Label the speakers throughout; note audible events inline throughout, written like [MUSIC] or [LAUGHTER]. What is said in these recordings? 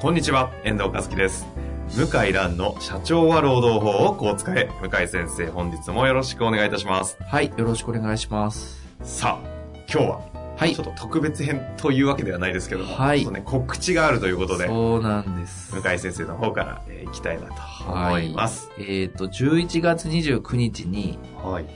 Speaker 1: こんにちは、遠藤和樹です。向井蘭の社長は労働法をこう使え。向井先生、本日もよろしくお願いいたします。
Speaker 2: はい、よろしくお願いします。
Speaker 1: さあ、今日は、
Speaker 2: はい
Speaker 1: ちょっと特別編というわけではないですけども、
Speaker 2: はい
Speaker 1: ちょっとね、告知があるということで、向
Speaker 2: そうなんです。
Speaker 1: 井先生の方から、えー行きたいなと思います。
Speaker 2: えっ、と、11月29日に、
Speaker 1: はい。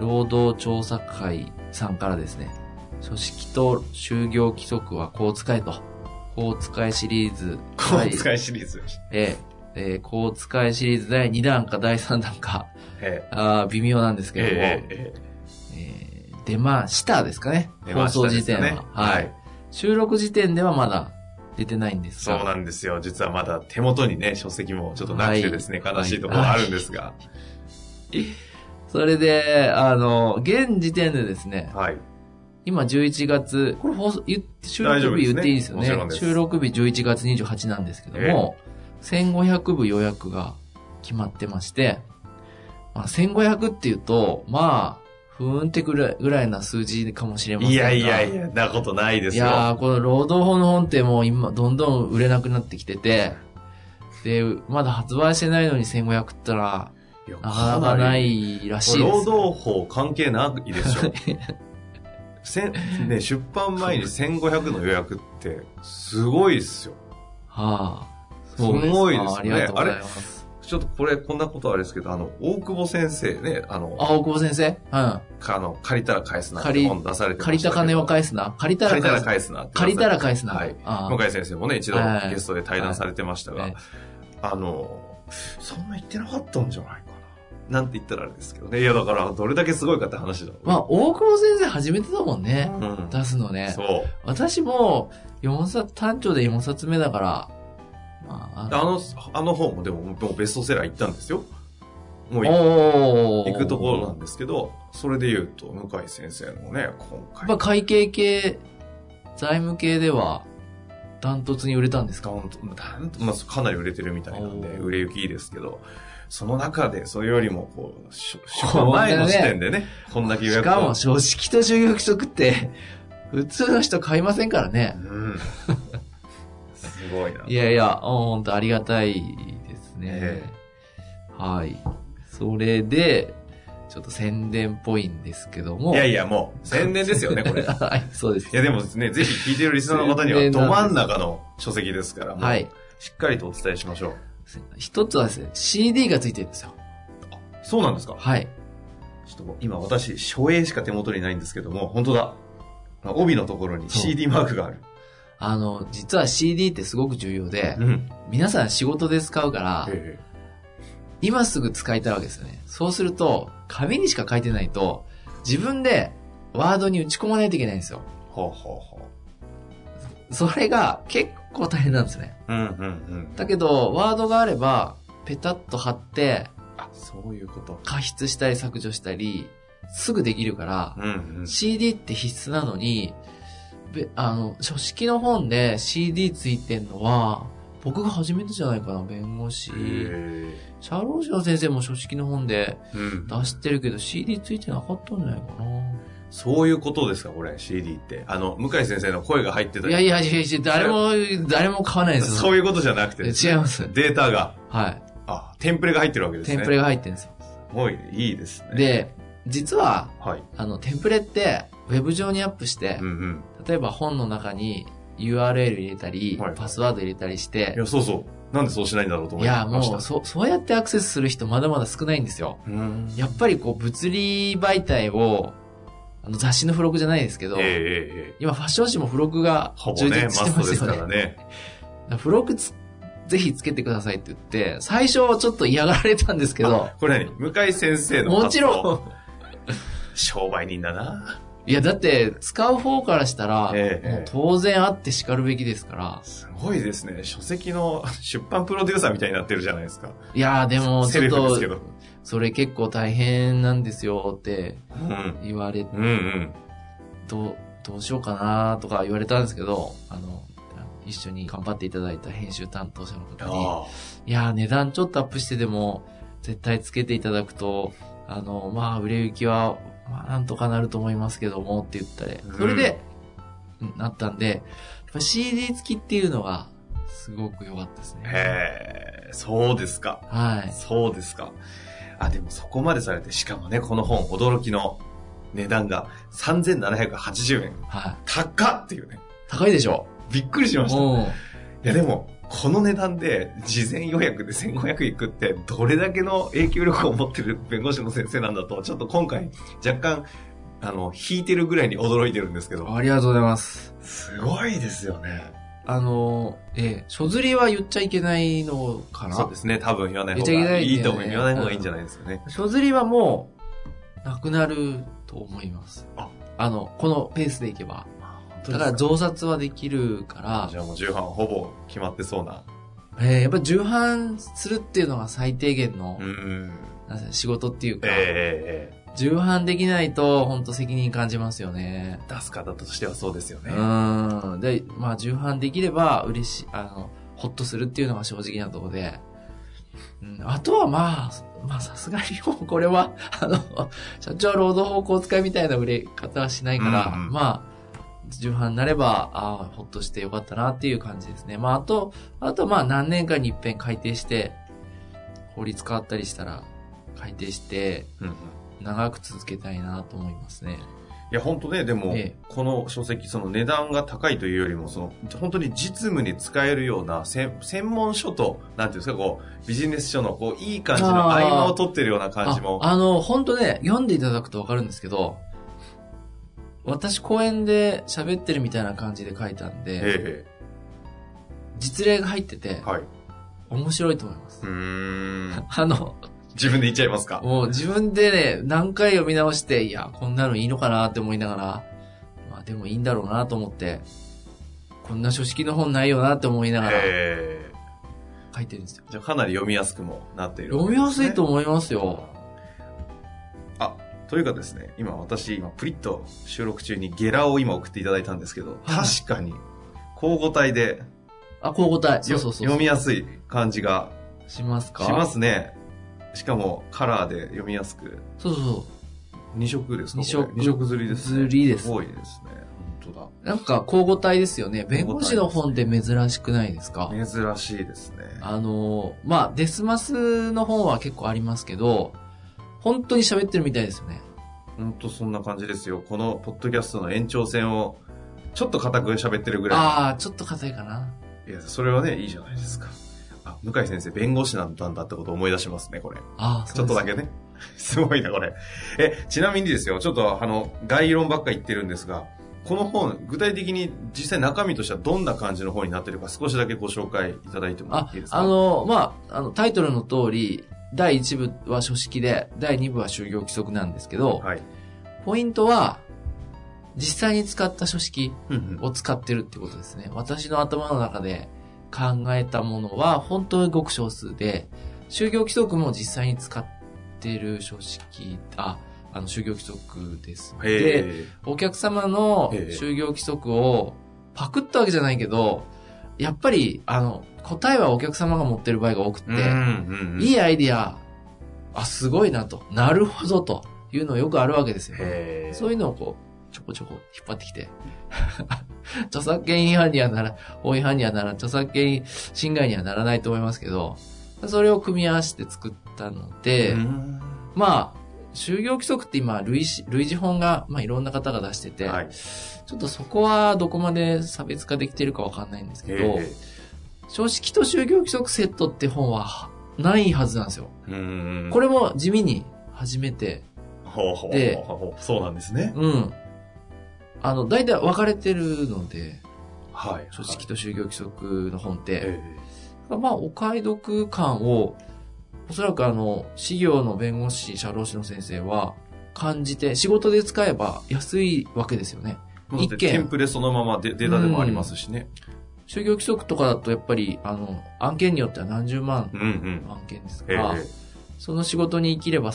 Speaker 2: 労働調査会さんからですね、組織と就業規則はこう使えと、こう使えシリーズ、
Speaker 1: こ
Speaker 2: は
Speaker 1: う
Speaker 2: い
Speaker 1: 使いシリーズ。
Speaker 2: えーえーこう使えシリーズ第2弾か第3弾か、 [LAUGHS]
Speaker 1: え
Speaker 2: あー微妙なんです
Speaker 1: ー
Speaker 2: けども、
Speaker 1: え
Speaker 2: え
Speaker 1: ーえ
Speaker 2: ー出ましたですかね。
Speaker 1: ー出
Speaker 2: 放
Speaker 1: ました
Speaker 2: 送
Speaker 1: で
Speaker 2: 時
Speaker 1: すよ
Speaker 2: 点は、
Speaker 1: ね
Speaker 2: はい。収録時点ではまだ出てないんです
Speaker 1: そう
Speaker 2: が、
Speaker 1: なんですよ。実はまだ手元にね、書籍もちょっとなくてですね、
Speaker 2: はい
Speaker 1: 悲しいところあるんですが。
Speaker 2: それで、あの、現時点でですね、
Speaker 1: はい。
Speaker 2: 今11月、これ放送、言って収録
Speaker 1: 大丈夫で
Speaker 2: 日
Speaker 1: すね
Speaker 2: 言っていいですよね。
Speaker 1: もちろんです
Speaker 2: 収録日11月28なんですけども、1500部予約が決まってまして、まあ、1500っていうと、まあ、ふーんってぐらいぐらいな数字かもしれませんが。
Speaker 1: いやいやい
Speaker 2: い
Speaker 1: や、なことないですよ。
Speaker 2: やーこの労働法の本ってもう今、どんどん売れなくなってきてて、で、まだ発売してないのに1500って言ったら、
Speaker 1: いや
Speaker 2: なかなかないらしいです。
Speaker 1: 労働法関係ないで
Speaker 2: [LAUGHS]
Speaker 1: しょ。せんね、出版前に1500の予約って、すごいっすよ。
Speaker 2: はあ、
Speaker 1: すごいですね
Speaker 2: あありがとうございます。
Speaker 1: ちょっとこれ、こんなことあれですけど、あの、大久保先生ね、あの、
Speaker 2: あ、大久保先生うん。
Speaker 1: かあの借りたら返すなって
Speaker 2: 借り
Speaker 1: 本出されてま
Speaker 2: 借
Speaker 1: し
Speaker 2: り
Speaker 1: た
Speaker 2: た
Speaker 1: けど
Speaker 2: 金は返すな。借りたら
Speaker 1: 借りた
Speaker 2: 返
Speaker 1: ら
Speaker 2: す。
Speaker 1: 返すなって
Speaker 2: 借りたら返すな。
Speaker 1: はい。
Speaker 2: ああ
Speaker 1: 向井先生もね、一度
Speaker 2: はい
Speaker 1: ゲストで対談されてましたが、
Speaker 2: はい
Speaker 1: あの、そんな言ってなかったんじゃないかな。なんて言ったらあれですけどね。いや、だから、どれだけすごいかって話だ。
Speaker 2: まあ、大久保先生初めてだもんね。
Speaker 1: うん。
Speaker 2: 出すのね
Speaker 1: そ。う。
Speaker 2: 私も、4冊、単調で4冊目だから、まあ、
Speaker 1: あの、あの本もでも、もうベストセラー行ったんですよ。もうい
Speaker 2: おー
Speaker 1: 行くところなんですけど、それで言うと、向井先生のね、今
Speaker 2: やっぱ
Speaker 1: 回。
Speaker 2: 会計系、財務系では、ダントツに売れたんですか
Speaker 1: 本当なんとまあ、かなり売れてるみたいなんで、
Speaker 2: おー
Speaker 1: 売れ行きいいですけど、その中で、それよりも、こう、し
Speaker 2: こんなね
Speaker 1: 前の時点でね、こんだけ予
Speaker 2: し
Speaker 1: 約
Speaker 2: かも、
Speaker 1: を。
Speaker 2: 書式と就業規則って、普通の人買いませんからね。
Speaker 1: うん。すごいな。
Speaker 2: いやいや、本当ありがたいですね。
Speaker 1: え
Speaker 2: はい。それで、ちょっと宣伝っぽいんですけども。
Speaker 1: いやいや、もう、宣伝ですよね、これ。い
Speaker 2: はい、そうです。
Speaker 1: や、でもね、ぜひ聞いてるリスナーの方には、
Speaker 2: 宣
Speaker 1: ど
Speaker 2: 伝な
Speaker 1: 真
Speaker 2: んです
Speaker 1: ん中の書籍ですから、もう
Speaker 2: はい。
Speaker 1: しっかりとお伝えしましょう。
Speaker 2: 一つはですね、CD がついてるんですよ。
Speaker 1: そうなんですか
Speaker 2: はい。
Speaker 1: ちょっともう今私、書影しか手元にないんですけども、本当だ。帯のところに
Speaker 2: そう
Speaker 1: CD マークがある。
Speaker 2: あの、実は CD ってすごく重要で、
Speaker 1: ん。
Speaker 2: 皆さん仕事で使うから、
Speaker 1: え
Speaker 2: 今すぐ使いたいわけですよね。そうすると、紙にしか書いてないと、自分でワードに打ち込まないといけないんですよ。
Speaker 1: え。ほうほうほ
Speaker 2: それが結構大変なんですね。
Speaker 1: う。うんうんうん。
Speaker 2: だけど、ワードがあれば、ペタッと貼って、
Speaker 1: あ、そういうこと。
Speaker 2: 加筆したり削除したり、すぐできるから
Speaker 1: う、んうん。
Speaker 2: CD って必須なのに、べあの、書式の本で CD ついてんのは、僕が初めてじゃないかな、弁護士。
Speaker 1: え。
Speaker 2: 社労士の先生も書式の本で
Speaker 1: うん。
Speaker 2: 出してるけど、CD ついてなかったんじゃないかな。
Speaker 1: そういうことですか、これ、CD って。あの、向井先生の声が入ってた
Speaker 2: いやいやいやいや、誰も、誰も買わないですよ。
Speaker 1: そういうことじゃなくて、
Speaker 2: 違います。
Speaker 1: データが、
Speaker 2: はい。
Speaker 1: あ、テンプレが入ってるわけですね。
Speaker 2: テンプレが入ってるんですよ。
Speaker 1: すごいね、いいですね。、
Speaker 2: で、実は、
Speaker 1: はい。
Speaker 2: あの、テンプレって、ウェブ上にアップして
Speaker 1: う、んうん。
Speaker 2: 例えば本の中に URL 入れたり、
Speaker 1: はい
Speaker 2: パスワード入れたりし
Speaker 1: い
Speaker 2: て、
Speaker 1: や、そうそう。なんでそうしないんだろうと
Speaker 2: い
Speaker 1: 思いました。
Speaker 2: や、もう、そ、そうやってアクセスする人まだまだ少ないんですよ。
Speaker 1: うん。
Speaker 2: やっぱりこう、物理媒体を、あの、雑誌の付録じゃないですけど、
Speaker 1: ええええええ。
Speaker 2: 今ファッション誌も付録が
Speaker 1: ほぼ
Speaker 2: 充
Speaker 1: ね、マ
Speaker 2: 実して
Speaker 1: スト
Speaker 2: ま
Speaker 1: ですす
Speaker 2: よ
Speaker 1: か
Speaker 2: ね。
Speaker 1: らね。
Speaker 2: 付録つ、ぜひつけてくださいって言って、最初ちょっと嫌がられた
Speaker 1: [LAUGHS]
Speaker 2: んですけど
Speaker 1: あ、これ何向井先生の
Speaker 2: もちろ
Speaker 1: 発想
Speaker 2: ん、
Speaker 1: 商売人だな
Speaker 2: いや、だって、使う方からしたら、
Speaker 1: ええ
Speaker 2: もう当然あって叱るべきですから。
Speaker 1: すごいですね。書籍の出版プロデューサーみたいになってるじゃないですか。
Speaker 2: いやー、でも、
Speaker 1: セ
Speaker 2: ちょ
Speaker 1: ル
Speaker 2: っ
Speaker 1: フです
Speaker 2: と
Speaker 1: け、ど。
Speaker 2: それ結構大変なんですよって
Speaker 1: うん。
Speaker 2: 言われ、
Speaker 1: うんうん。
Speaker 2: どう、どうしようかなとか言われたんですけど、あの、一緒に頑張っていただいた編集担当者の方に、
Speaker 1: あ
Speaker 2: いやー、値段ちょっとアップしてでも、絶対つけていただくと、あの、まあ、売れ行きは、まあ、なんとかなると思いますけども、って言ったり
Speaker 1: うん、
Speaker 2: それで、うんなったんで、やっぱ CD 付きっていうのが、すごく良かったです
Speaker 1: あ。
Speaker 2: ね。
Speaker 1: へえ、そうですか。
Speaker 2: はい。
Speaker 1: そうですか。あ、でもそこまでされて、しかもね、この本、驚きの値段が3780円。
Speaker 2: はい。
Speaker 1: 高っっていうね。
Speaker 2: 高いでしょ
Speaker 1: びっくりしました。い
Speaker 2: うん。
Speaker 1: や、でも、この値段で、事前予約で1500いくって、どれだけの影響力を持ってる弁護士の先生なんだと、ちょっと今回、若干、あの、引いてるぐらいに驚いてるんですけど。
Speaker 2: ありがとうございます。
Speaker 1: すごいですよね。
Speaker 2: あの、ええ、所釣りは言っちゃいけないのかな
Speaker 1: そうですね。多分言わない方
Speaker 2: 言っちゃいけな
Speaker 1: が
Speaker 2: い
Speaker 1: いいと思う。
Speaker 2: ね
Speaker 1: 言わない方がいいんじゃないですかね。
Speaker 2: 所釣りはもう、なくなると思います。
Speaker 1: あ
Speaker 2: の、このペースでいけば。だから
Speaker 1: じ
Speaker 2: 増刷はできるから、
Speaker 1: ゃあもう重版ほぼ決まってそうな。
Speaker 2: えーやっぱ重版するっていうのが最低限の、
Speaker 1: ん。
Speaker 2: なんせ仕事っていうか、
Speaker 1: えええ
Speaker 2: 重版できないと本当責任感じますよね。
Speaker 1: え出す方としてはそうですよ
Speaker 2: う
Speaker 1: ね。
Speaker 2: ーん。で、まあ重版できれば嬉しい、あの、ほっとするっていうのが正直なところで、うん、あとはまあ、まあさすがにもうこれは、 [LAUGHS] あの、社長は労働法を使いみたいな売れ方はしないから、
Speaker 1: うんうん
Speaker 2: まあ、重版になれば、ああ、ほっとしてよかったなっていう感じですね。まああと、あとまあ何年かに一遍改定して、法律変わったりしたら改定して、
Speaker 1: うんうん
Speaker 2: 長く続けたいなと思いますね。
Speaker 1: いや、本当ね、でも、
Speaker 2: ええ
Speaker 1: この書籍、その値段が高いというよりも、その、本当に実務に使えるような、専専門書と、なんていうんですか、こう、ビジネス書の、こう、いい感じの合
Speaker 2: あー
Speaker 1: 間を取ってるような感じも。
Speaker 2: ああの、本当ね、読んでいただくとわかるんですけど、私公演で喋ってるみたいな感じで書いたんで、
Speaker 1: え
Speaker 2: 実例が入って
Speaker 1: え、
Speaker 2: て
Speaker 1: はい。
Speaker 2: 面白いと思います
Speaker 1: う。ーん。
Speaker 2: [LAUGHS] あの、
Speaker 1: 自分で言っちゃいますか。
Speaker 2: もう自分でね、何回読み直して、いや、こんなのいいのかなって思いながら、まあでもいいんだろうなと思って、こんな書式の本ないよなって思いながら
Speaker 1: ええ
Speaker 2: 書いてるんですよ。
Speaker 1: じゃあ、かなり読みやすくもなっているわけ
Speaker 2: 読
Speaker 1: で
Speaker 2: み
Speaker 1: ね、
Speaker 2: やすいと思いますよ。
Speaker 1: あ、というかですね、今私、今プリッと収録中にゲラを今送っていただいたんですけど、
Speaker 2: はい
Speaker 1: 確かに、交互体で
Speaker 2: あ、交互体。そ
Speaker 1: よ
Speaker 2: うそうそう。
Speaker 1: 読みやすい感じが
Speaker 2: しますか
Speaker 1: しますね。しかも、カラーで読みやすく。
Speaker 2: そうそうそう。
Speaker 1: 2色ですか
Speaker 2: 二色
Speaker 1: これ二色釣りです、ね。
Speaker 2: 刷りです
Speaker 1: 多いですね。本
Speaker 2: なんか、交互体ですよね。弁護士の本って珍しくないですか
Speaker 1: 当だ。珍しいですね。
Speaker 2: あの、まあ、デスマスの本は結構ありますけど、本当に喋ってるみたいですよね。
Speaker 1: 本当そんな感じですよ。このポッドキャストの延長線を、ちょっと固く喋ってるぐら
Speaker 2: ああ、ちょっと硬いかな。
Speaker 1: い。いや、それはね、いいじゃないですか。あ、向井先生、弁護士なんだってことを思い出しますね、これ。
Speaker 2: ああ、
Speaker 1: ちょっとだけね。 [LAUGHS] すごいな、これ。え、ちなみにですよ、ちょっとあの、概論ばっか言ってるんですが、この本、具体的に実際中身としてはどんな感じの本になってるか少しだけご紹介いただいても
Speaker 2: あ
Speaker 1: いいです、か
Speaker 2: あ、の、まあ、あの、タイトルの通り、第1部は書式で、第2部は就業規則なんですけど、
Speaker 1: はい。
Speaker 2: ポイントは、実際に使った書式
Speaker 1: うんうん
Speaker 2: を使ってるってことですね。私の頭の中で考えたものは本当にごく少数で、就業規則も実際に使ってる書式、あ、あの、就業規則です。で、
Speaker 1: へ
Speaker 2: お客様の
Speaker 1: へえ
Speaker 2: 就業規則をパクったわけじゃないけど、やっぱり、あの、答えはお客様が持ってる場合が多く
Speaker 1: え。
Speaker 2: て、
Speaker 1: うんうん
Speaker 2: いいアイディア、あ、すごいなと、なるほどというのよくあるわけですよ。
Speaker 1: へえ。
Speaker 2: そういうのをこう、ちょこちょこ引っ張ってき [LAUGHS] て。著作権違反にはなら、法違反にはなら、著作権侵害にはならないと思いますけど、それを組み合わせて作ったので、
Speaker 1: うん
Speaker 2: まあ、就業規則って今、類似、類似本が、まあいろんな方が出してて、
Speaker 1: はい。
Speaker 2: ちょっとそこはどこまで差別化できてるかわかんないんですけど
Speaker 1: へ、
Speaker 2: 書式と就業規則セットって本はないはずなんですよ。
Speaker 1: えうん。
Speaker 2: こ
Speaker 1: れ、
Speaker 2: れも地味に初めて
Speaker 1: ほうほう
Speaker 2: で
Speaker 1: ほうほうそうなんですね。
Speaker 2: うん。あの、大体分かれてるので、
Speaker 1: はい。
Speaker 2: 書式と就業規則の本っ
Speaker 1: はい。
Speaker 2: て。
Speaker 1: へ
Speaker 2: まあ、お買い得感を、おそらくあの、資料の弁護士、社労士の先生は、感じて、仕事で使えば安いわけですよね。
Speaker 1: まあだって
Speaker 2: 一件
Speaker 1: テンプレそのままでデータでもありますしね。
Speaker 2: 就業規則とかだとやっぱり、あの、案件によっては何十万
Speaker 1: うんうん。
Speaker 2: 案件です
Speaker 1: ええ
Speaker 2: が、その仕事に生きれば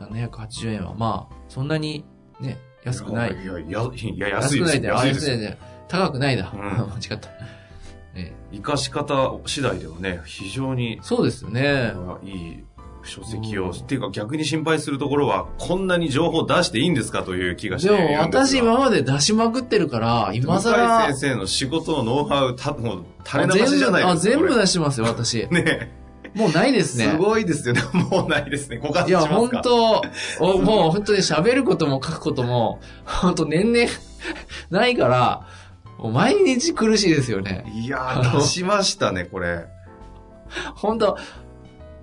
Speaker 2: 3780円はまあ、そんなにね、安くない。
Speaker 1: いや、やいや安いです。
Speaker 2: 安くないだよ。
Speaker 1: 安
Speaker 2: あ
Speaker 1: いで
Speaker 2: 安くない
Speaker 1: す。
Speaker 2: だよ。高くないだ。
Speaker 1: うん
Speaker 2: [LAUGHS] 間違った。ね、
Speaker 1: 生かし方次第ではね、非常に
Speaker 2: そうですよね。
Speaker 1: いい書籍を、
Speaker 2: うん
Speaker 1: っていうか逆に心配するところは、こんなに情報出していいんですかという気がして
Speaker 2: で
Speaker 1: いるん
Speaker 2: も私
Speaker 1: は
Speaker 2: 今まで出しまくってるから、今
Speaker 1: 向
Speaker 2: 更
Speaker 1: 井、先生の仕事のノウハウ、多分垂れ流しじゃ
Speaker 2: 全部、
Speaker 1: ない
Speaker 2: あ
Speaker 1: ですか。
Speaker 2: 全部
Speaker 1: こ
Speaker 2: 出してますよ、私。
Speaker 1: れね
Speaker 2: もうないですね。
Speaker 1: すごいですよね。 [LAUGHS] もうないですね。枯渇し
Speaker 2: い
Speaker 1: ま
Speaker 2: や、
Speaker 1: すか
Speaker 2: 本当おもう本当に喋ることも書くことも、本当年々ないから、もう毎日苦しいですよね。
Speaker 1: いやー、出しましたね、これ。
Speaker 2: 本当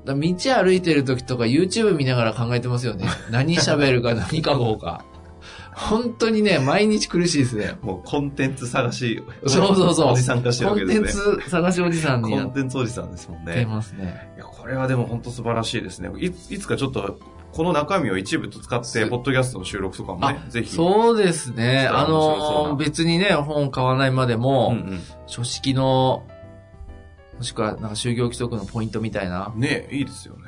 Speaker 2: だ道歩いてる時とか YouTube 見ながら考えてますよね。何喋るか何書こうか。本当にね、毎日苦しいですね。
Speaker 1: もうコンテンツ探し、
Speaker 2: そうそうそう
Speaker 1: おじさん化してるわ
Speaker 2: コ
Speaker 1: け
Speaker 2: ン
Speaker 1: で
Speaker 2: テ
Speaker 1: す
Speaker 2: ン
Speaker 1: ね。
Speaker 2: ツ探しおじさんに
Speaker 1: コ
Speaker 2: な
Speaker 1: ン
Speaker 2: っ
Speaker 1: テンツおじさんですもん
Speaker 2: て
Speaker 1: ね。
Speaker 2: ますね。
Speaker 1: いや、これはでも本当素晴らしいですね。いつ、いつかちょっと、この中身を一部と使って、
Speaker 2: す
Speaker 1: ポッドキャストの収録とかもね、ぜひ。
Speaker 2: そうですね。
Speaker 1: 面
Speaker 2: あ
Speaker 1: 白そうな
Speaker 2: の、別にね、本買わないまでも、
Speaker 1: うん
Speaker 2: 書式の、もしくは、なんか就業規則のポイントみたいな、
Speaker 1: うん。ねいいですよね。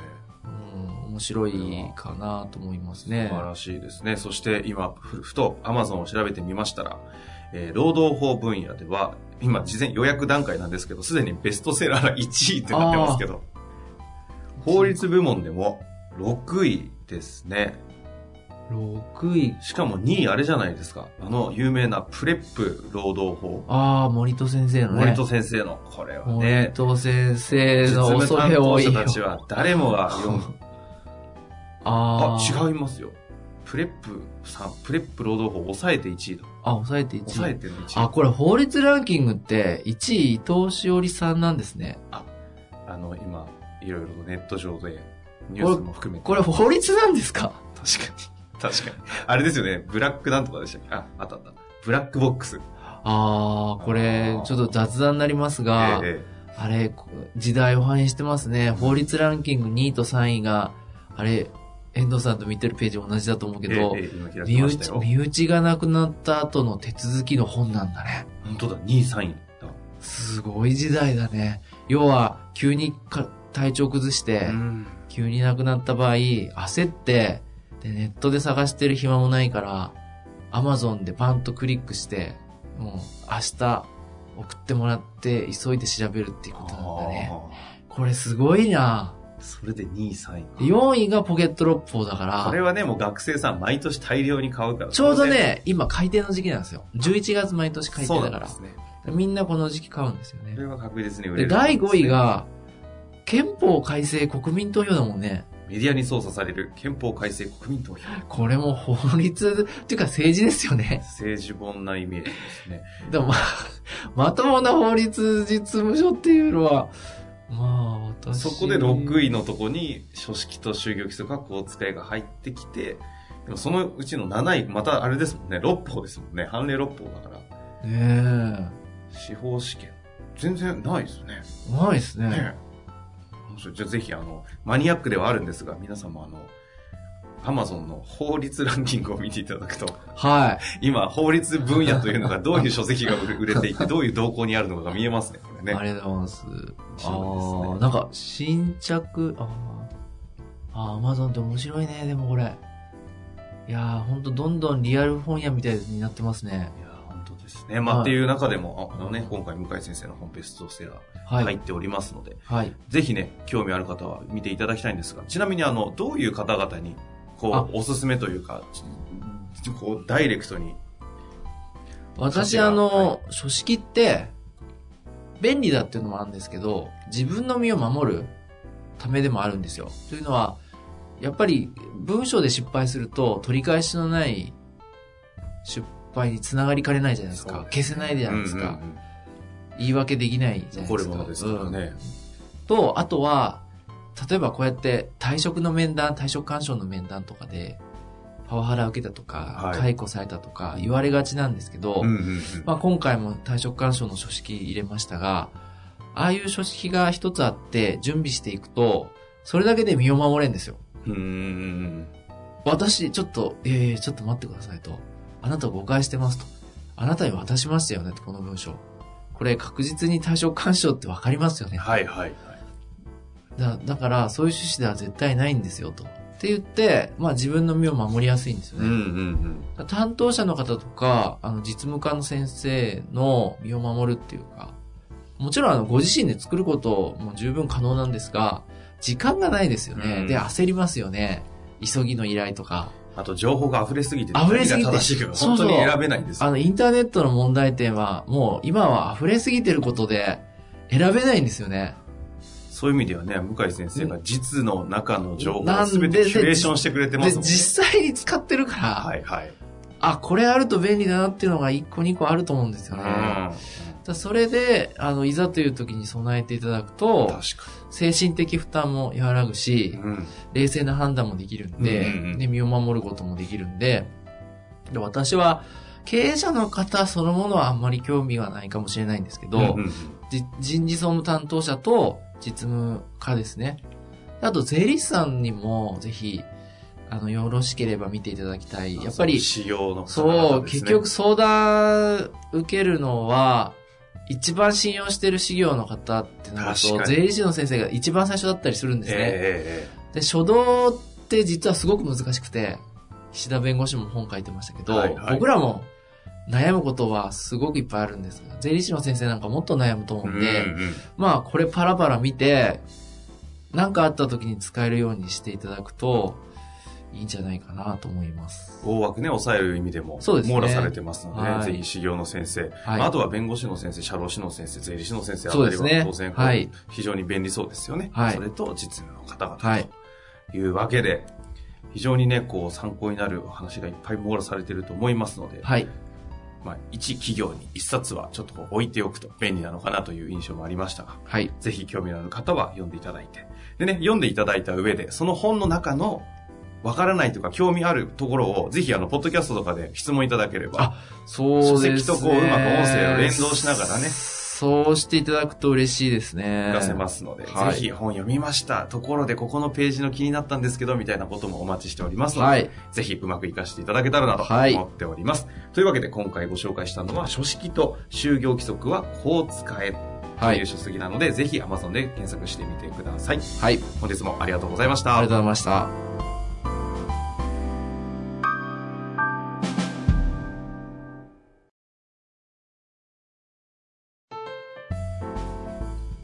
Speaker 2: うん、面白いかなと思いますね
Speaker 1: 素。晴らしいですね。そして今、ふふと Amazon を調べてみましたら、えー労働法分野では、今、事前予約段階なんですけど、すでにベストセラー1位ってなってますけど、法律部門でも6位ですね。
Speaker 2: 6位。
Speaker 1: しかも2位あれじゃないですか。あの、有名なプレップ労働法。
Speaker 2: ああ、森戸先生のね。
Speaker 1: 森戸先生の、これは
Speaker 2: 森
Speaker 1: ね、
Speaker 2: 戸先生
Speaker 1: 実
Speaker 2: の
Speaker 1: 務
Speaker 2: 恐
Speaker 1: 担
Speaker 2: れ多
Speaker 1: 当
Speaker 2: い
Speaker 1: 者
Speaker 2: よ。
Speaker 1: たちは誰もが読む。あ
Speaker 2: あ、あ、
Speaker 1: 違
Speaker 2: う。
Speaker 1: いますよ。プレップさん、プレップ労働法を抑えて1位だ。
Speaker 2: あ、抑えて1位。
Speaker 1: 抑えての1位。
Speaker 2: あ、これ法律ランキングって、1位伊藤しおりさんなんですね。
Speaker 1: あの、今、いろいろとネット上で、ニュースも含めて。
Speaker 2: これ法律なんですか
Speaker 1: 確かに。確かに。あれですよね、ブラックなんとかでしたっけあ、あったあった。ブラックボックス。
Speaker 2: ああ、こ
Speaker 1: あ
Speaker 2: れ
Speaker 1: ー、
Speaker 2: ちょっと雑談になりますが、
Speaker 1: ええ
Speaker 2: あれ、こ時代を反映してますね。法律ランキング2位と3位が、あれ、遠藤さんと見てるページ同じだと思うけど
Speaker 1: ええ、ええ今開き
Speaker 2: 身
Speaker 1: ました
Speaker 2: 内、
Speaker 1: よ。
Speaker 2: 身内が亡くなった後の手続きの本なんだね。
Speaker 1: 本当だ、2位、3位だ。
Speaker 2: すごい時代だね。要は、急にか体調崩して、
Speaker 1: ん。
Speaker 2: 急に亡くなった場合、焦って、で、ネットで探してる暇もないから、アマゾンでパンとクリックして、もう明日送ってもらって急いで調べるっていうことなんだね。これすごいな
Speaker 1: あーそれで2位、3位。
Speaker 2: 4位がポケット六法だか
Speaker 1: これ
Speaker 2: ら、
Speaker 1: はね、もう学生さん毎年大量に買うから。
Speaker 2: ちょうど、ね、今改定の時期なんですよ。11月毎年改定
Speaker 1: そう
Speaker 2: だ
Speaker 1: な
Speaker 2: か
Speaker 1: んで
Speaker 2: ら。
Speaker 1: すね。
Speaker 2: みんなこの時期買うんですよね
Speaker 1: こ。れは確実に売れる。
Speaker 2: で、第5位、が、憲法改正国民投票だもんね。
Speaker 1: メディアに操作される憲法改正国民投票。
Speaker 2: これも法律、っていうか政治ですよね。 [LAUGHS]
Speaker 1: 政治本なイメージですね。
Speaker 2: でもまあ、 [LAUGHS] まともな法律実務所っていうのは、まあ、私。
Speaker 1: そこで6位。のとこに書式と就業規則がこう使いが入ってきて、でもそのうちの7位、またあれですもんね、六法ですもんね、判例六法だから、
Speaker 2: ね
Speaker 1: 司法試験。全然ないですね。
Speaker 2: え。うまいですね。
Speaker 1: ねえ面白いじゃあぜひ、あの、マニアックではあるんですが、皆さんもあの、アマゾンの法律ランキングを見ていただくと、
Speaker 2: は
Speaker 1: 今、法律分野というのがどういう書籍が売れ売れて
Speaker 2: [LAUGHS]
Speaker 1: いて、どういう動向にあるのかが見えますね、これ
Speaker 2: い。
Speaker 1: ね。
Speaker 2: ありがとうございます。あ
Speaker 1: 白いです
Speaker 2: あ
Speaker 1: ね
Speaker 2: ー、なんか、新着、あーあー、アマゾンって面白いね、でもこれ。いやー、ほんとどんどんリアル本屋みたいになってますね。
Speaker 1: いやー本当ですね。まあ、
Speaker 2: はい
Speaker 1: っていう中でも、ああのね、今回、向井先生の本ベストセラー
Speaker 2: はい。は
Speaker 1: 入っ
Speaker 2: い。
Speaker 1: ておりますので、ぜひね、興味ある方は見ていただきたいんですが、ちなみに、あの、どういう方々に、こ
Speaker 2: あ
Speaker 1: う、おすすめというか、ちこう、ダイレクトに。
Speaker 2: 私、あの、書式って、便利だっていうのもあるんですけど、自分の身を守るためでもあるんですよ。というのは、やっぱり文章で失敗すると取り返しのない失敗につながりかねないじゃないですか。
Speaker 1: そう
Speaker 2: 消せないじゃないですか、
Speaker 1: うんうんうん
Speaker 2: 言い訳できないじゃないで
Speaker 1: 残
Speaker 2: すか。
Speaker 1: るものですから
Speaker 2: うん
Speaker 1: ね。
Speaker 2: と、あとは、例えばこうやって退職の面談、退職干渉の面談とかで、パワハラ受けたとか、
Speaker 1: はい
Speaker 2: 解雇されたとか言われがちなんですけど、
Speaker 1: うんうんうん
Speaker 2: まあ、今回も退職勧奨の書式入れましたが、ああいう書式が一つあって準備していくと、それだけで身を守れんですよ。
Speaker 1: うんうんうん
Speaker 2: 私、ちょっと、いやいや、ちょっと待ってくださいと。あなた誤解してますと。あなたに渡しましたよねと、この文章。これ確実に対象干渉ってわかりますよね。
Speaker 1: はいはいはい。
Speaker 2: だだから、そういう趣旨では絶対ないんですよと。って言って、まあ自分の身を守りやすいんですよ
Speaker 1: うんう
Speaker 2: ね。
Speaker 1: んうん。
Speaker 2: 担当者の方とか、あの、実務家の先生の身を守るっていうか、もちろんあの、ご自身で作ることも十分可能なんですが、時間がないですよね。
Speaker 1: うん
Speaker 2: で、焦りますよね。急ぎの依頼とか。
Speaker 1: あと情報が溢れすぎて、
Speaker 2: 溢れすぎ
Speaker 1: 何
Speaker 2: て
Speaker 1: が正しいか
Speaker 2: そう
Speaker 1: 本
Speaker 2: そ
Speaker 1: 当
Speaker 2: う
Speaker 1: に選べないんですよ
Speaker 2: あの、インターネットの問題点は、もう今は溢れすぎてることで、選べないんですよね。
Speaker 1: そういう意味ではね、向井先生が実の中の情報
Speaker 2: な
Speaker 1: を
Speaker 2: ん
Speaker 1: 全て
Speaker 2: で
Speaker 1: キュレーションしてくれてま
Speaker 2: です
Speaker 1: もんね。
Speaker 2: 実際に使ってるから、
Speaker 1: はいはい。
Speaker 2: あ、これあると便利だなっていうのが1個2個あると思うんですよね。だからそれで、あの、いざという時に備えていただく
Speaker 1: うん
Speaker 2: と、
Speaker 1: 確か
Speaker 2: 精神的負担も和らぐし
Speaker 1: に。、うん
Speaker 2: 冷静な判断もできるんで、
Speaker 1: うんうんうん
Speaker 2: で身を守ることもできるんでで、私は経営者の方そのものはあんまり興味はないかもしれないんですけど、
Speaker 1: うんうん
Speaker 2: じ人事総務担当者と実務課ですね。あと税理士さんにもぜひ、あの、よろしければ見ていただきたい。やっぱり、
Speaker 1: 使用の方々
Speaker 2: そう、
Speaker 1: ですね
Speaker 2: 結局、相談受けるのは、一番信用してる事業の方ってなる
Speaker 1: 確
Speaker 2: と、
Speaker 1: かに
Speaker 2: 税理士の先生が一番最初だったりするんですね。
Speaker 1: ええ
Speaker 2: で、初動って実はすごく難しくて、岸田弁護士も本書いてましたけど、
Speaker 1: はいはい
Speaker 2: 僕らも悩むことはすごくいっぱいあるんですが、税理士の先生なんかもっと悩むと思
Speaker 1: ええ
Speaker 2: うん
Speaker 1: え
Speaker 2: で、
Speaker 1: えうんうん
Speaker 2: まあこれパラパラ見て、何かあった時に使えるようにしていただくと、いいんじゃないかなと思います。
Speaker 1: 大枠ね、抑える意味でも、
Speaker 2: そうですね
Speaker 1: 網羅されてますので、
Speaker 2: はい
Speaker 1: ぜひ、修行の先生、
Speaker 2: はい。
Speaker 1: まああとは弁護士の先生、社労士の先生、税理士の先生あ
Speaker 2: そう
Speaker 1: たり
Speaker 2: です
Speaker 1: は、
Speaker 2: ね
Speaker 1: 当然、。
Speaker 2: はい。
Speaker 1: 非常に便利そうですよね。
Speaker 2: はい
Speaker 1: それと、実務の方々と、
Speaker 2: はい。
Speaker 1: というわけで、非常にね、こう、参考になるお話がいっぱい網羅されてると思いますので、
Speaker 2: はい。
Speaker 1: まあ、一企業に一冊はちょっとこう置いておくと便利なのかなという印象もありましたが、
Speaker 2: はい。
Speaker 1: ぜひ興味のある方は読んでいただいて。でね、読んでいただいた上で、その本の中の、わからないとか興味あるところを、ぜひあの、ポッドキャストとかで質問いただければ、
Speaker 2: そうですね。
Speaker 1: 書籍とこううまく音声を連動しながらね
Speaker 2: そうしていただくと嬉しいですね。
Speaker 1: 出せますので、
Speaker 2: はい
Speaker 1: ぜひ本読みましたところで、ここのページの気になったんですけど、みたいなこともお待ちしておりますので、
Speaker 2: はい。
Speaker 1: ぜひうまく活かしていただけたらなと
Speaker 2: はい
Speaker 1: 思っております。というわけで今回ご紹介したのは、書式と就業規則はこう使えと。
Speaker 2: はいいう
Speaker 1: 書籍なので、ぜひ Amazon で検索してみてください。
Speaker 2: はい。
Speaker 1: 本日もありがとうございまし
Speaker 2: あ
Speaker 1: た
Speaker 2: りがとう。ございました。